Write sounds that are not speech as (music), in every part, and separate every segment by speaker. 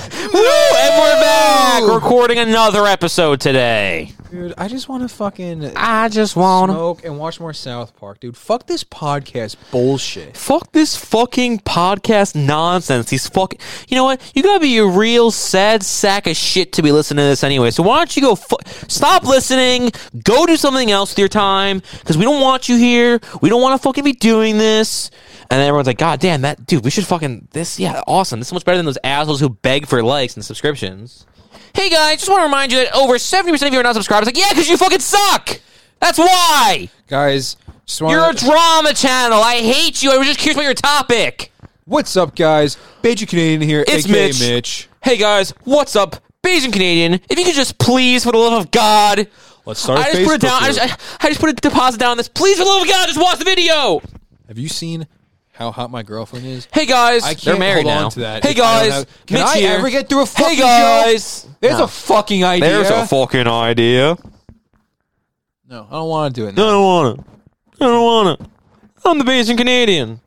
Speaker 1: Woo! And we're back recording another episode today.
Speaker 2: Dude, I just want to fucking
Speaker 1: I just wanna
Speaker 2: smoke and watch more South Park, dude. Fuck this podcast bullshit.
Speaker 1: fuck this fucking podcast nonsense. These fucking You know what? You gotta be a real sad sack of shit to be listening to this anyway. So why don't you go fu- stop listening? Go do something else with your time because we don't want you here. We don't want to fucking be doing this. And then everyone's like, God damn, that dude, we should fucking this. Yeah, awesome. This is much better than those assholes who beg for likes and subscriptions. Hey guys, just want to remind you that over 70% of you are not subscribed. It's like, yeah, because you fucking suck. That's why.
Speaker 2: Guys, just
Speaker 1: You're a
Speaker 2: want
Speaker 1: drama channel. I hate you. I was just curious about your topic.
Speaker 2: What's up, guys? Beju Canadian here,
Speaker 1: It's
Speaker 2: aka
Speaker 1: Mitch. Hey guys, what's up? Beijing Canadian. If you could just please, for the love of God,
Speaker 2: Let's start a
Speaker 1: I just put it
Speaker 2: Facebook
Speaker 1: down. I
Speaker 2: group.
Speaker 1: just, I, I just put a deposit down on this. Please, for the love of God, just watch the video.
Speaker 2: Have you seen how hot my girlfriend is?
Speaker 1: Hey guys,
Speaker 2: I can't
Speaker 1: they're married
Speaker 2: hold
Speaker 1: now.
Speaker 2: on to that.
Speaker 1: Hey
Speaker 2: if I don't
Speaker 1: guys,
Speaker 2: have- can
Speaker 1: Mitch
Speaker 2: I
Speaker 1: here.
Speaker 2: ever get through a fucking
Speaker 1: Hey guys,
Speaker 2: joke? There's
Speaker 1: No.
Speaker 2: a fucking idea.
Speaker 1: there's a fucking idea.
Speaker 2: no, I don't want to do it.
Speaker 1: I
Speaker 2: Now.
Speaker 1: don't want it. I don't want it. I'm the Beijing Canadian.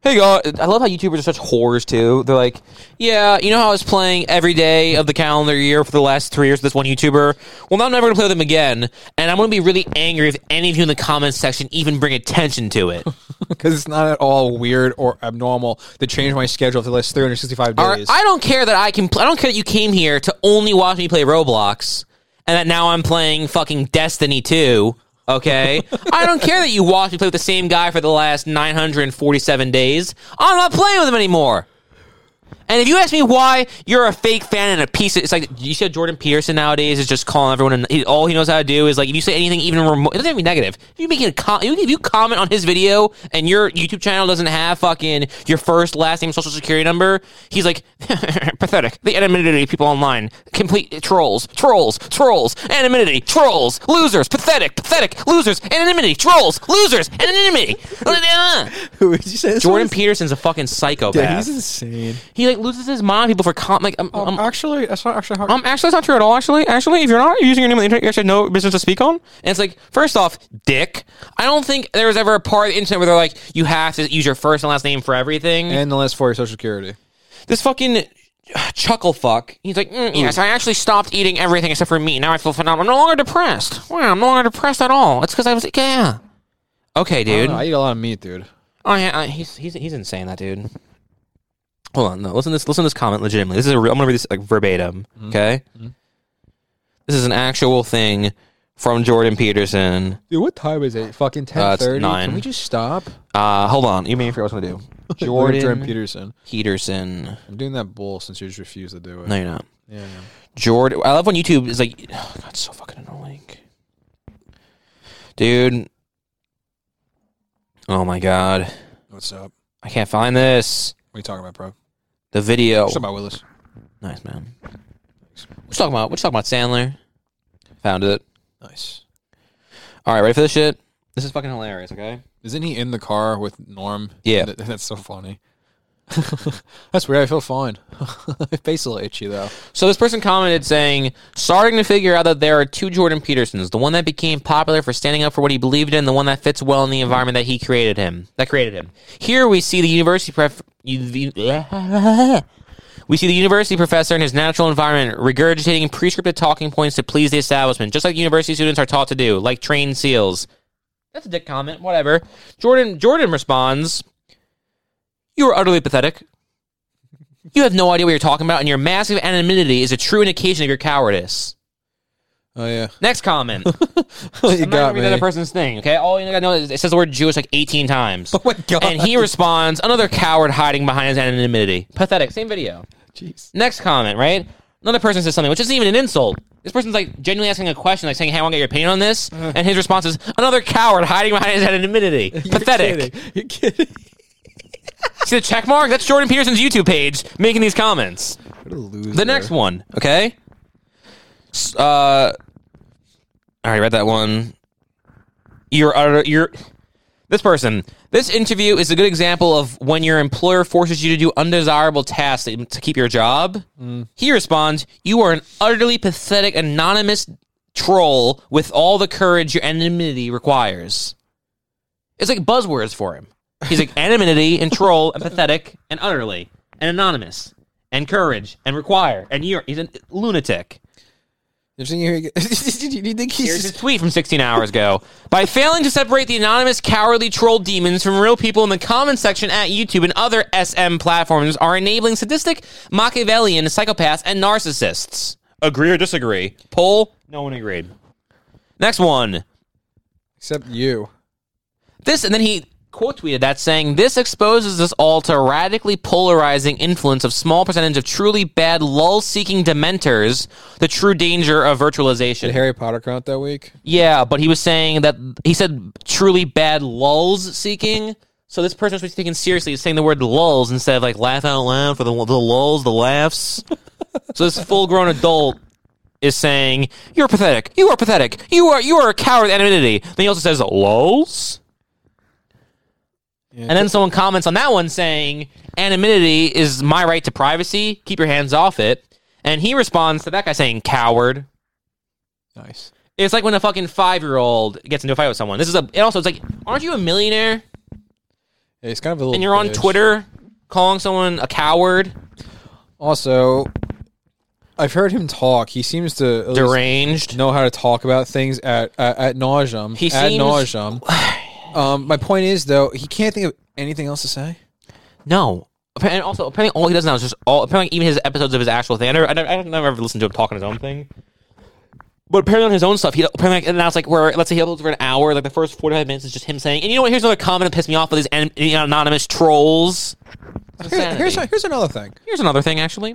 Speaker 1: Hey guys, I love how YouTubers are such whores too. They're like, yeah, you know how I was playing every day of the calendar year for the last three years with this one YouTuber? Well, now I'm never gonna play with them again, and I'm gonna be really angry if any of you in the comments section even bring attention to it.
Speaker 2: because it's not at all weird or abnormal to change my schedule for the last 365
Speaker 1: Or,
Speaker 2: days.
Speaker 1: I don't care that I can. Pl- I don't care that you came here to only watch me play Roblox, and that now I'm playing fucking Destiny two. Okay, I don't care that you watched me play with the same guy for the last 947 days. I'm not playing with him anymore. And if you ask me why you're a fake fan and a piece of, it's like you see how Jordan Peterson nowadays is just calling everyone and he, all he knows how to do is like if you say anything even remote, it doesn't have to be negative. If you make a com- if you comment on his video and your YouTube channel doesn't have fucking your first last name social security number, he's like (laughs) pathetic. The anonymity of people online, complete trolls, trolls, trolls, anonymity, trolls, losers, pathetic, pathetic, losers, anonymity, trolls, losers,
Speaker 2: (laughs)
Speaker 1: anonymity.
Speaker 2: (laughs) Who would you say? This
Speaker 1: Jordan
Speaker 2: was?
Speaker 1: Peterson's a fucking
Speaker 2: Yeah,
Speaker 1: psychopath.
Speaker 2: he's insane.
Speaker 1: he like loses his mind. People for com- like
Speaker 2: Oh,
Speaker 1: I'm, I'm,
Speaker 2: actually, that's not actually how.
Speaker 1: um, actually, that's not true at all. Actually, actually, if you're not using your name on the internet, you actually have no business to speak on. And it's like, first off, dick. I don't think there was ever a part of the internet where they're like, you have to use your first and last name for everything.
Speaker 2: and the last four, Social Security.
Speaker 1: this fucking (sighs) chuckle fuck. He's like, mm, yes, I actually stopped eating everything except for meat. Now I feel phenomenal. I'm no longer depressed. Wow, I'm no longer depressed at all. It's because I was like, yeah. Okay,
Speaker 2: I,
Speaker 1: dude.
Speaker 2: don't know, I eat a lot of meat, dude.
Speaker 1: Oh, yeah, I, he's he's he's insane, that dude. Hold on, no, listen to this. Listen to this comment legitimately. This is a real, I'm gonna read this like verbatim.
Speaker 2: Mm-hmm.
Speaker 1: Okay, this is an actual thing from Jordan Peterson.
Speaker 2: Dude, what time is it? Fucking
Speaker 1: Uh,
Speaker 2: ten
Speaker 1: it's
Speaker 2: thirty.
Speaker 1: nine.
Speaker 2: Can we just stop?
Speaker 1: Uh, hold on, you mean if you're what's gonna do?
Speaker 2: (laughs)
Speaker 1: Jordan,
Speaker 2: Jordan Peterson.
Speaker 1: Peterson.
Speaker 2: I'm doing that bull since you just refuse to do it.
Speaker 1: No, you're not.
Speaker 2: Yeah, yeah.
Speaker 1: Jordan. I love when YouTube is like, (sighs) oh, God, it's so fucking annoying, dude. Oh my god,
Speaker 2: What's up?
Speaker 1: I can't find this.
Speaker 2: What are you talking about, bro?
Speaker 1: The video.
Speaker 2: What's up about Willis?
Speaker 1: Nice man. We're talking about we're talking about Sandler. Found it.
Speaker 2: Nice.
Speaker 1: All right, ready for this shit? This is fucking hilarious. Okay.
Speaker 2: Isn't he in the car with Norm?
Speaker 1: Yeah.
Speaker 2: Th- that's so funny. (laughs) that's weird. I feel fine. (laughs) My face a little itchy though.
Speaker 1: So this person commented saying, starting to figure out that there are two Jordan Petersons: the one that became popular for standing up for what he believed in, the one that fits well in the environment that he created him. That created him. Here we see the university pref. you- the- (laughs) We see the university professor in his natural environment regurgitating prescripted talking points to please the establishment, just like university students are taught to do, like trained seals. That's a dick comment. Whatever. Jordan Jordan responds, "You are utterly pathetic. You have no idea what you're talking about, and your massive anonymity is a true indication of your cowardice."
Speaker 2: Oh yeah.
Speaker 1: Next comment.
Speaker 2: (laughs) you
Speaker 1: I'm not gonna
Speaker 2: got
Speaker 1: read
Speaker 2: me.
Speaker 1: another person's thing. Okay, all you gotta know is it says the word Jewish like 18 times.
Speaker 2: (laughs) Oh my god.
Speaker 1: And he responds, another coward hiding behind his anonymity. Pathetic. Same video.
Speaker 2: Jeez.
Speaker 1: Next comment, right? Another person says something, which isn't even an insult. This person's like genuinely asking a question, like saying, "Hey, I want to get your opinion on
Speaker 2: (laughs)
Speaker 1: this." And his response is, "Another coward hiding behind his anonymity." Pathetic.
Speaker 2: (laughs) You're kidding.
Speaker 1: See the check mark? That's Jordan Peterson's YouTube page making these comments.
Speaker 2: What a loser.
Speaker 1: The next one, okay? S- Uh, I already read that one. You're utter, you're this person. This interview is a good example of when your employer forces you to do undesirable tasks to to keep your job. He responds, "You are an utterly pathetic anonymous troll with all the courage your anonymity requires." It's like buzzwords for him. He's like anonymity and troll and pathetic and utterly and anonymous. and courage and require. And you're he's a lunatic.
Speaker 2: Did (laughs) you think
Speaker 1: Here's a
Speaker 2: he's
Speaker 1: tweet from 16 hours ago. By failing to separate the anonymous cowardly troll demons from real people in the comment section at YouTube and other SM platforms are enabling sadistic, Machiavellian psychopaths and narcissists. Agree or disagree? Poll? No one agreed. Next one.
Speaker 2: except you?
Speaker 1: This, and then he quote tweeted that saying, This exposes us all to radically polarizing influence of small percentage of truly bad, lull seeking dementors, the true danger of virtualization.
Speaker 2: Did Harry Potter come out that week?
Speaker 1: Yeah, but he was saying that he said truly bad lulls seeking. So this person was taken seriously is saying the word lulls instead of like laugh out loud for the the lulls, the laughs. (laughs) so this full grown adult is saying you're pathetic, you are pathetic, you are you are a coward and entity. Then he also says lulls. And then someone comments on that one saying, anonymity is my right to privacy. Keep your hands off it. And he responds to that guy saying, coward.
Speaker 2: Nice.
Speaker 1: It's like when a fucking five year old gets into a fight with someone. This is a. And also, it's like, aren't you a millionaire?
Speaker 2: Yeah, he's kind of a little.
Speaker 1: And you're on
Speaker 2: bitch.
Speaker 1: Twitter calling someone a coward,
Speaker 2: Also, I've heard him talk. He seems to at least
Speaker 1: deranged.
Speaker 2: know how to talk about things at at, at nauseum.
Speaker 1: He
Speaker 2: at
Speaker 1: seems-
Speaker 2: nauseum. Um, my point is though, he can't think of anything else to say.
Speaker 1: No. Appa- And also, apparently, all he does now is just all. Apparently, even his episodes of his actual thing. I never, I never, I never ever listened to him talk on his own thing. But apparently, on his own stuff, he apparently, and now it's like where let's say he uploads for an hour, like the first forty-five minutes is just him saying. And you know what? Here's another comment that pissed me off with these an- anonymous trolls.
Speaker 2: Here, here's
Speaker 1: Insanity.
Speaker 2: here's another thing.
Speaker 1: here's another thing, actually.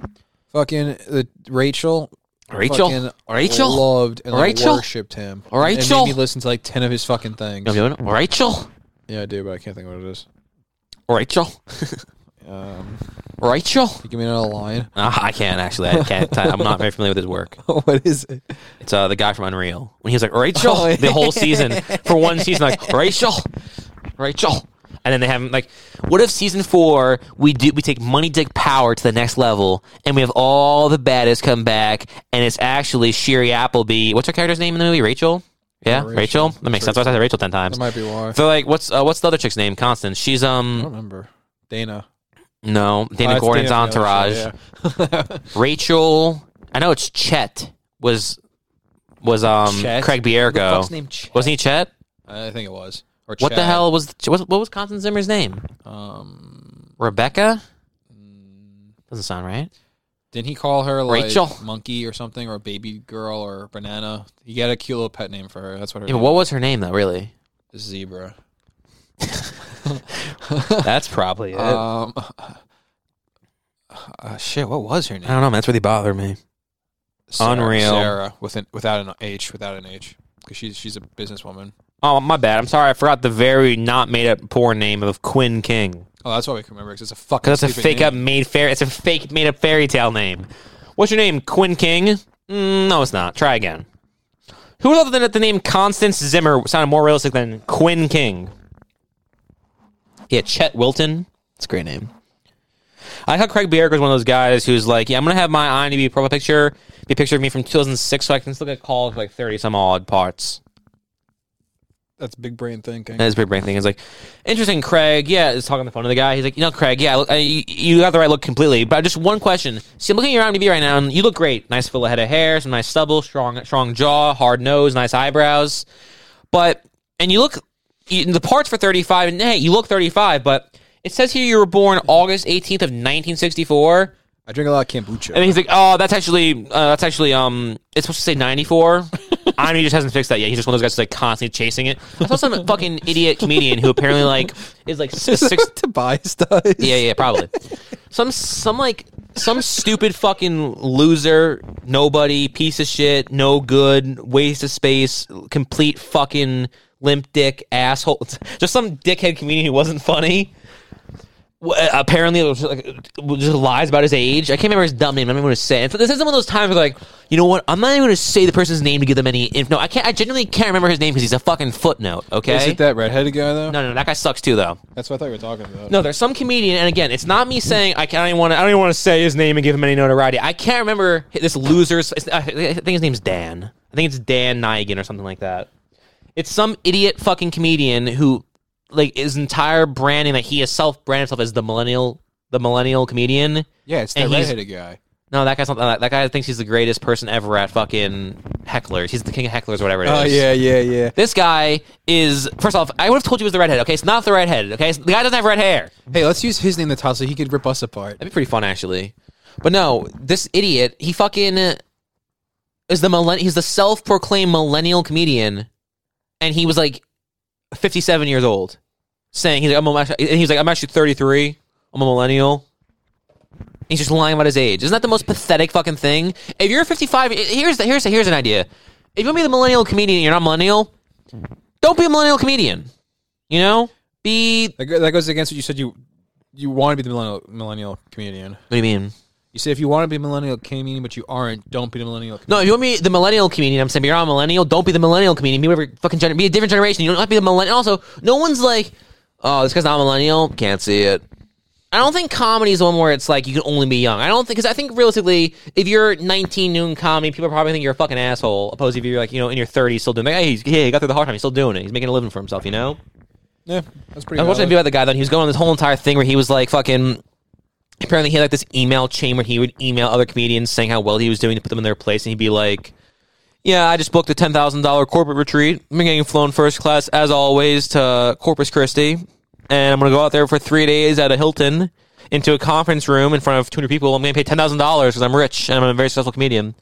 Speaker 2: Fucking the Rachel.
Speaker 1: Rachel?
Speaker 2: fucking
Speaker 1: Rachel?
Speaker 2: loved and like,
Speaker 1: Rachel?
Speaker 2: worshipped him.
Speaker 1: Rachel?
Speaker 2: and made me listen to like ten of his fucking things.
Speaker 1: Rachel,
Speaker 2: Yeah, I do, but I can't think of what it is.
Speaker 1: Rachel,
Speaker 2: Um,
Speaker 1: Rachel.
Speaker 2: you give me another line. (laughs)
Speaker 1: Ah, I can't actually. I can't. I'm not very familiar with his work.
Speaker 2: what is it?
Speaker 1: It's uh, the guy from Unreal when he was like Rachel
Speaker 2: Oh, yeah.
Speaker 1: the whole
Speaker 2: (laughs)
Speaker 1: season for one season, like Rachel, Rachel, and then they have him like, what if season four we do we take Money Dick Power to the next level and we have all the baddest come back and it's actually Sherry Appleby. What's her character's name in the movie? Rachel. Yeah,
Speaker 2: Rachel.
Speaker 1: Rachel. That makes sense. I said Rachel ten times.
Speaker 2: That might be why. I
Speaker 1: So like, what's uh, what's the other chick's name? Constance. She's
Speaker 2: don't
Speaker 1: um
Speaker 2: remember. Dana.
Speaker 1: no
Speaker 2: Oh,
Speaker 1: Dana
Speaker 2: it's
Speaker 1: Gordon's
Speaker 2: Dana from the other
Speaker 1: entourage.
Speaker 2: show, yeah.
Speaker 1: Rachel. I know it's Chet was was um
Speaker 2: Chet?
Speaker 1: Craig
Speaker 2: What the fuck's
Speaker 1: Bierko.
Speaker 2: name Chet?
Speaker 1: Wasn't he Chet?
Speaker 2: I think it was. Or
Speaker 1: What the
Speaker 2: Chad.
Speaker 1: hell was what, what was Constance Zimmer's name?
Speaker 2: Um,
Speaker 1: Rebecca. Doesn't sound right.
Speaker 2: didn't he call her like
Speaker 1: Rachel?
Speaker 2: monkey or something, or baby girl, or banana? He got a cute little pet name for her. That's what her
Speaker 1: Yeah, but
Speaker 2: name
Speaker 1: what was her name though?
Speaker 2: (laughs)
Speaker 1: Really?
Speaker 2: is. Zebra.
Speaker 1: That's probably it.
Speaker 2: Um, (laughs) uh, shit. What was her
Speaker 1: I
Speaker 2: name?
Speaker 1: don't know. Man. That's really bothered me.
Speaker 2: Sarah,
Speaker 1: Unreal.
Speaker 2: Sarah with an, without an H, without an H, because she's she's a businesswoman.
Speaker 1: Oh my bad. I'm sorry. I forgot the very not made up poor name of Quinn King
Speaker 2: Oh, that's why we can remember because it's a fucking.
Speaker 1: because that's a
Speaker 2: stupid
Speaker 1: fake
Speaker 2: name.
Speaker 1: up made fair. It's a fake made up fairy tale name. What's your name? Quinn King? Mm, no, it's not. Try again. Who other than the name Constance Zimmer sounded more realistic than Quinn King? Yeah, Chet Wilton. It's a great name. I like how Craig Bierko is one of those guys who's like, yeah, I'm gonna have my IMDb profile picture be a picture of me from 2006, so I can still get called for like 30 some odd parts.
Speaker 2: That's big brain thinking.
Speaker 1: That's big brain thing. It's like, interesting, Craig. Yeah, is talking on the phone to the guy. He's like, you know, Craig. Yeah, I look- I, you, you have the right look completely. But just one question. See, I'm looking at your IMDb right now, and you look great. Nice full head of hair, some nice stubble, strong, strong jaw, hard nose, nice eyebrows. But and you look you, the parts for 35, and hey, you look 35. But it says here you were born August 18th of 1964.
Speaker 2: I drink a lot of kombucha. (laughs)
Speaker 1: And he's like, "Oh, that's actually, uh, that's actually, um, it's supposed to say 94." I mean, he just hasn't fixed that yet. He's just one of those guys who's like constantly chasing it. I saw some fucking idiot comedian who apparently like is like s- six.
Speaker 2: Tobias does.
Speaker 1: Yeah, yeah, probably. Some, some like some stupid fucking loser, nobody, piece of shit, no good, waste of space, complete fucking limp dick asshole. (laughs) Just some dickhead comedian who wasn't funny. Wh- apparently it was just, like just lies about his age. I can't remember his dumb name. I'm not even going to say. It. It's- This is one of those times where like, you know what? I'm not even going to say the person's name to give them any. Inf- no, I can't. I genuinely can't remember his name because he's a fucking footnote. Okay.
Speaker 2: Is it that redheaded guy though?
Speaker 1: no, no, that guy sucks too though.
Speaker 2: That's what I thought you were talking about.
Speaker 1: No, there's some comedian, and again, it's not me saying I can't even want to. I don't even want to say his name and give him any notoriety. I can't remember this loser's. it's- I think his name's Dan. I think it's Dan Nigan or something like that. It's some idiot fucking comedian who, like, his entire branding that he has self branded himself as the millennial the millennial comedian.
Speaker 2: Yeah, it's that
Speaker 1: And he's-
Speaker 2: redheaded guy.
Speaker 1: No, that guy's not that. That guy thinks he's the greatest person ever at fucking hecklers. He's the king of hecklers, or whatever it is.
Speaker 2: Oh yeah, yeah, yeah.
Speaker 1: This guy is first off. I would have told you it was the redhead. Okay, it's not the redhead. Okay, It's- the guy doesn't have red hair.
Speaker 2: Hey, let's use his name in the title so he could rip us apart.
Speaker 1: That'd be pretty fun, actually. But no, this idiot, he fucking uh, is the millenn- He's the self-proclaimed millennial comedian, and he was like fifty-seven years old, saying he's like I'm actually, and he's like I'm actually thirty-three. I'm a millennial. And He's just lying about his age. Isn't that the most pathetic fucking thing? If you're 55, i- here's the, here's the, here's an idea. If you want to be the millennial comedian, and you're not millennial. Don't be a millennial comedian. You know, be. What
Speaker 2: That, go- that goes against what you said. You you want to be the millennial, millennial comedian.
Speaker 1: do you mean?
Speaker 2: You said if you want to be a millennial comedian but you aren't, don't be the millennial.
Speaker 1: No, if you want me the millennial comedian, I'm saying but you're not a millennial. Don't be the millennial comedian. Be whatever fucking gener- be a different generation. You don't have to be the millennial. Also, no one's like, oh, this guy's not a millennial. Can't see it. I don't think comedy is one where it's like you can only be young. I don't think because I think realistically, if you're 19 doing comedy, people probably think you're a fucking asshole. Opposed if you're like you know in your 30s still doing, like, hey, he's, hey, he got through the hard time. He's still doing it. He's making a living for himself. You know.
Speaker 2: Yeah, that's pretty.
Speaker 1: I was watching a
Speaker 2: valid.
Speaker 1: video about the guy that he was going on this whole entire thing where he was like fucking. Apparently, he had like this email chain where he would email other comedians saying how well he was doing to put them in their place, and he'd be like, "Yeah, I just booked a ten thousand dollar corporate retreat. I'm getting flown first class as always to Corpus Christi, and I'm gonna go out there for three days at a Hilton into a conference room in front of 200 people. I'm gonna pay ten thousand dollars because I'm rich and I'm a very successful comedian."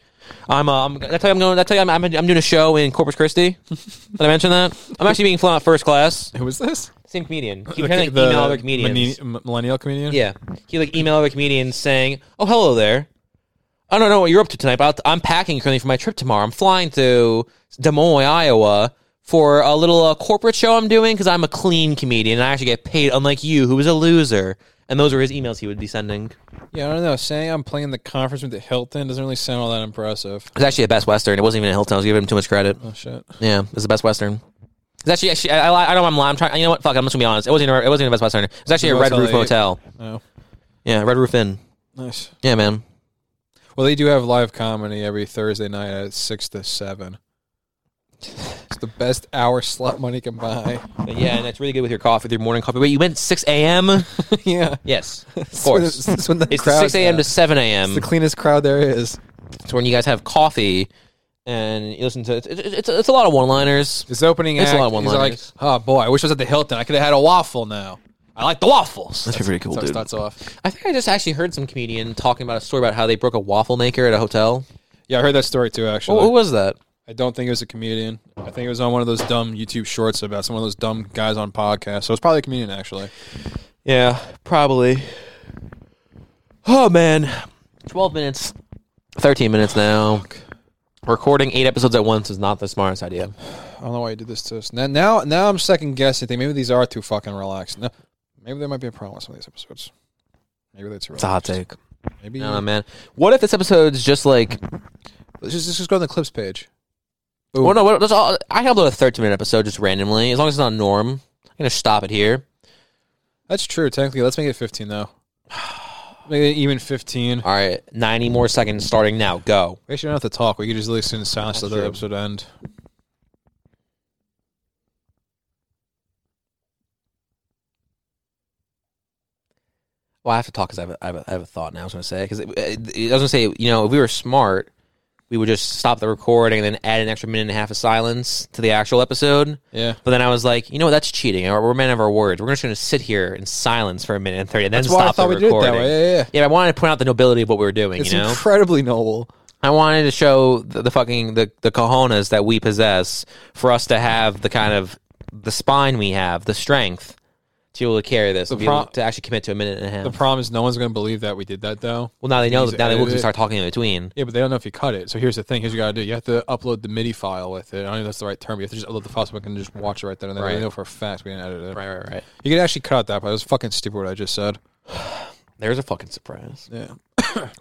Speaker 1: I'm, uh, I'm, did I tell you I'm going, did I tell you I'm, I'm, I'm doing a show in Corpus Christi? Did I mention that? I'm actually being flown out first class.
Speaker 2: Who is this?
Speaker 1: Same comedian. He would kind of like, email other comedians.
Speaker 2: millenni- m- millennial comedian.
Speaker 1: yeah, he would, like email other comedians saying, "Oh, hello there. I don't know what you're up to tonight, but I'll- I'm packing currently for my trip tomorrow. I'm flying to Des Moines, Iowa." For a little uh, corporate show I'm doing because I'm a clean comedian and I actually get paid, unlike you, who is a loser. And those were his emails he would be sending. It
Speaker 2: yeah. I don't know. Saying I'm playing the conference with the Hilton doesn't really sound all that impressive.
Speaker 1: was actually a Best Western. It wasn't even a Hilton. I was giving him too much credit.
Speaker 2: Oh shit.
Speaker 1: Yeah, it was the Best Western. It's actually, actually I, I, li- I know I'm lying. I'm trying. You know what? Fuck. I'm just gonna be honest. It wasn't. Even, it wasn't even a Best Western. It was actually a Red
Speaker 2: Motel
Speaker 1: Roof
Speaker 2: eight.
Speaker 1: Motel.
Speaker 2: No.
Speaker 1: Yeah, Red Roof Inn.
Speaker 2: Nice.
Speaker 1: Yeah, man.
Speaker 2: Well, they do have live comedy every Thursday night at six to seven. It's the best hour slot money can buy. (laughs)
Speaker 1: But yeah, and that's really good with your coffee, with your morning coffee. Wait, you went 6 a.m.?
Speaker 2: yeah,
Speaker 1: (laughs) yes, of
Speaker 2: It's when-
Speaker 1: course.
Speaker 2: it's when the
Speaker 1: It's the
Speaker 2: crowd's
Speaker 1: 6 a.m.
Speaker 2: at.
Speaker 1: to 7 a.m.
Speaker 2: It's the cleanest crowd there is.
Speaker 1: It's when you guys have coffee and you listen to it's, it's, it's, it's a lot of one liners.
Speaker 2: This opening
Speaker 1: It's a
Speaker 2: act,
Speaker 1: lot of
Speaker 2: he's like,
Speaker 1: one-liners.
Speaker 2: "Oh boy, I wish I was at the Hilton. I could have had a waffle now. I like the waffles." That's,
Speaker 1: pretty cool,
Speaker 2: how it
Speaker 1: dude.
Speaker 2: starts off.
Speaker 1: I think I just actually heard some comedian talking about a story about how they broke a waffle maker at a hotel.
Speaker 2: Yeah, I heard that story too. Actually,
Speaker 1: Who- who was that?
Speaker 2: I don't think it was a comedian. I think it was on one of those dumb YouTube shorts about some of those dumb guys on podcasts. So it's probably a comedian actually.
Speaker 1: Yeah, probably. Oh man, twelve minutes, thirteen minutes now. Recording eight episodes at once is not the smartest idea.
Speaker 2: I don't know why you did this to us. Now, now, now I'm second guessing. Think maybe these are too fucking relaxed. No, maybe there might be a problem with some of these episodes. Maybe they're too
Speaker 1: It's a
Speaker 2: relaxed.
Speaker 1: hot take.
Speaker 2: Maybe
Speaker 1: No, man. What if this episode's just like
Speaker 2: let's just, let's just go on the clips page. Ooh.
Speaker 1: Well, no, what, that's all, I can upload a 13 minute episode just randomly. As long as it's not norm, I'm going to stop it here.
Speaker 2: That's true. Technically, let's make it 15 though. Make it even 15.
Speaker 1: All right, 90 more seconds starting now. Go.
Speaker 2: We actually don't have to talk. We could just listen in silence till the
Speaker 1: true.
Speaker 2: episode end.
Speaker 1: Well, I have to talk because I, have a- I, have a- I have a thought now. I was going to say, because it, it, it doesn't say, you know, if we were smart, we would just stop the recording and then add an extra minute and a half of silence to the actual episode.
Speaker 2: Yeah.
Speaker 1: But then I was like, you know what? That's cheating. We're we're men of our words. We're just going to sit here in silence for a minute and 30 and then
Speaker 2: That's
Speaker 1: stop
Speaker 2: why I thought
Speaker 1: the
Speaker 2: we
Speaker 1: recording.
Speaker 2: did it that way. Yeah, yeah.
Speaker 1: Yeah, but I wanted to point out the nobility of what we were doing,
Speaker 2: It's
Speaker 1: you know?
Speaker 2: incredibly noble.
Speaker 1: I wanted to show the, the fucking the, the cojones that we possess for us to have the kind of the spine we have, the strength to be able to carry this, to, be able
Speaker 2: pro-
Speaker 1: to actually commit to a minute and a half.
Speaker 2: The problem is no one's going to believe that we did that though.
Speaker 1: well, now they know
Speaker 2: Things
Speaker 1: that now they will 'cause
Speaker 2: edited.
Speaker 1: we start talking in between.
Speaker 2: Yeah, but they don't know if you cut it. So here's the thing: here's what you gotta do. You have to upload the MIDI file with it. I don't know if that's the right term. But you have to just upload the file so we can just watch it right then and there.
Speaker 1: Right.
Speaker 2: We know for a fact we didn't edit it.
Speaker 1: right, right.
Speaker 2: You can actually cut out that part. It was fucking stupid what I just said.
Speaker 1: There's a fucking surprise.
Speaker 2: Yeah,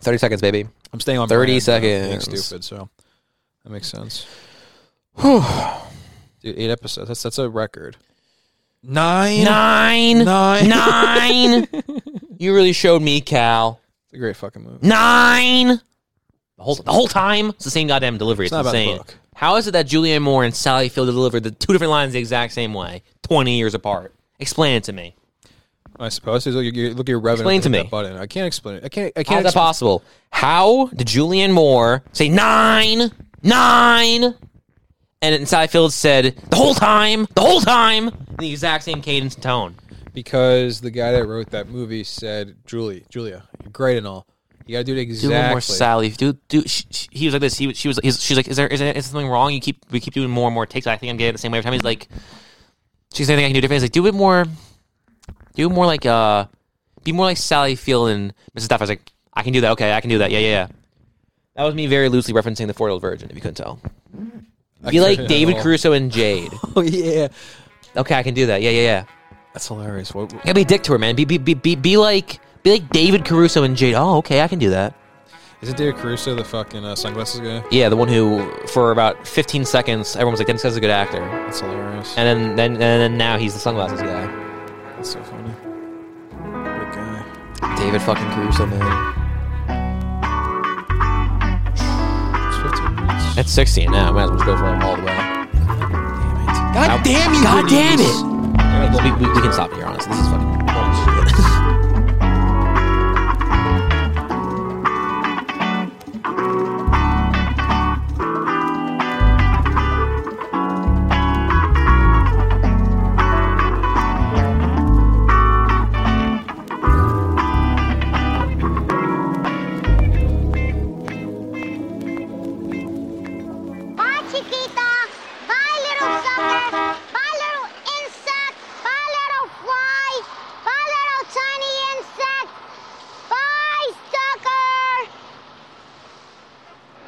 Speaker 1: Thirty seconds, baby.
Speaker 2: I'm staying on
Speaker 1: 30
Speaker 2: brand, though, being
Speaker 1: seconds.
Speaker 2: stupid, so that makes sense. Dude, eight episodes. That's that's a record.
Speaker 1: (laughs)
Speaker 2: Nine.
Speaker 1: Nine, (laughs)
Speaker 2: Nine.
Speaker 1: nine. you really showed me, Cal.
Speaker 2: It's a great fucking movie.
Speaker 1: Nine. The whole the whole time, it's the same goddamn delivery. It's,
Speaker 2: not about the
Speaker 1: insane.
Speaker 2: book.
Speaker 1: How is it that Julianne Moore and Sally Field delivered the two different lines the exact same way, twenty years apart? Explain it to me.
Speaker 2: I suppose is look at your, look at your revenue.
Speaker 1: Explain to
Speaker 2: hit that
Speaker 1: me.
Speaker 2: button. I can't explain it. I can't. I
Speaker 1: How
Speaker 2: can't.
Speaker 1: is that
Speaker 2: expl-
Speaker 1: possible? How did Julianne Moore say nine, nine, and inside Field said the whole time, the whole time, in the exact same cadence and tone?
Speaker 2: because the guy that wrote that movie said, "Julie, Julia, you're great and all. You gotta do it
Speaker 1: Do
Speaker 2: exactly."
Speaker 1: one more, Sally. Do do. She, she- he was like this. He was- she was. He's, she's like, is there is there is something wrong? You keep we keep doing more and more takes. I think I'm getting it the same way every time. He's like, she's anything I can do different. He's like, do it more. Do it more like uh, be more like Sally Field and Mrs. Duff. I was like, I can do that. Okay, I can do that. Yeah, yeah, yeah. That was me very loosely referencing the four-year-old virgin. If you couldn't tell,
Speaker 2: I
Speaker 1: be like
Speaker 2: couldn't
Speaker 1: David
Speaker 2: at all.
Speaker 1: Crusoe and Jade.
Speaker 2: (laughs) Oh yeah,
Speaker 1: Okay, I can do that. Yeah, yeah, yeah.
Speaker 2: that's hilarious. What,
Speaker 1: Yeah, be a dick to her, man. Be be be be, be like be like David Caruso and Jade. Oh, okay, I can do that.
Speaker 2: isn't David Caruso the fucking uh, sunglasses guy?
Speaker 1: Yeah, the one who for about 15 seconds everyone was like, "Dennis is a good actor," and
Speaker 2: That's hilarious.
Speaker 1: then then and then now he's the sunglasses guy,
Speaker 2: That's so funny. What a guy.
Speaker 1: David fucking Caruso, man.
Speaker 2: It's 15 minutes.
Speaker 1: That's 16 now. Might as well just go for him all the way.
Speaker 2: Damn it.
Speaker 1: God damn you! God damn it!
Speaker 2: Yeah,
Speaker 1: We, we, we can stop here, honestly. This is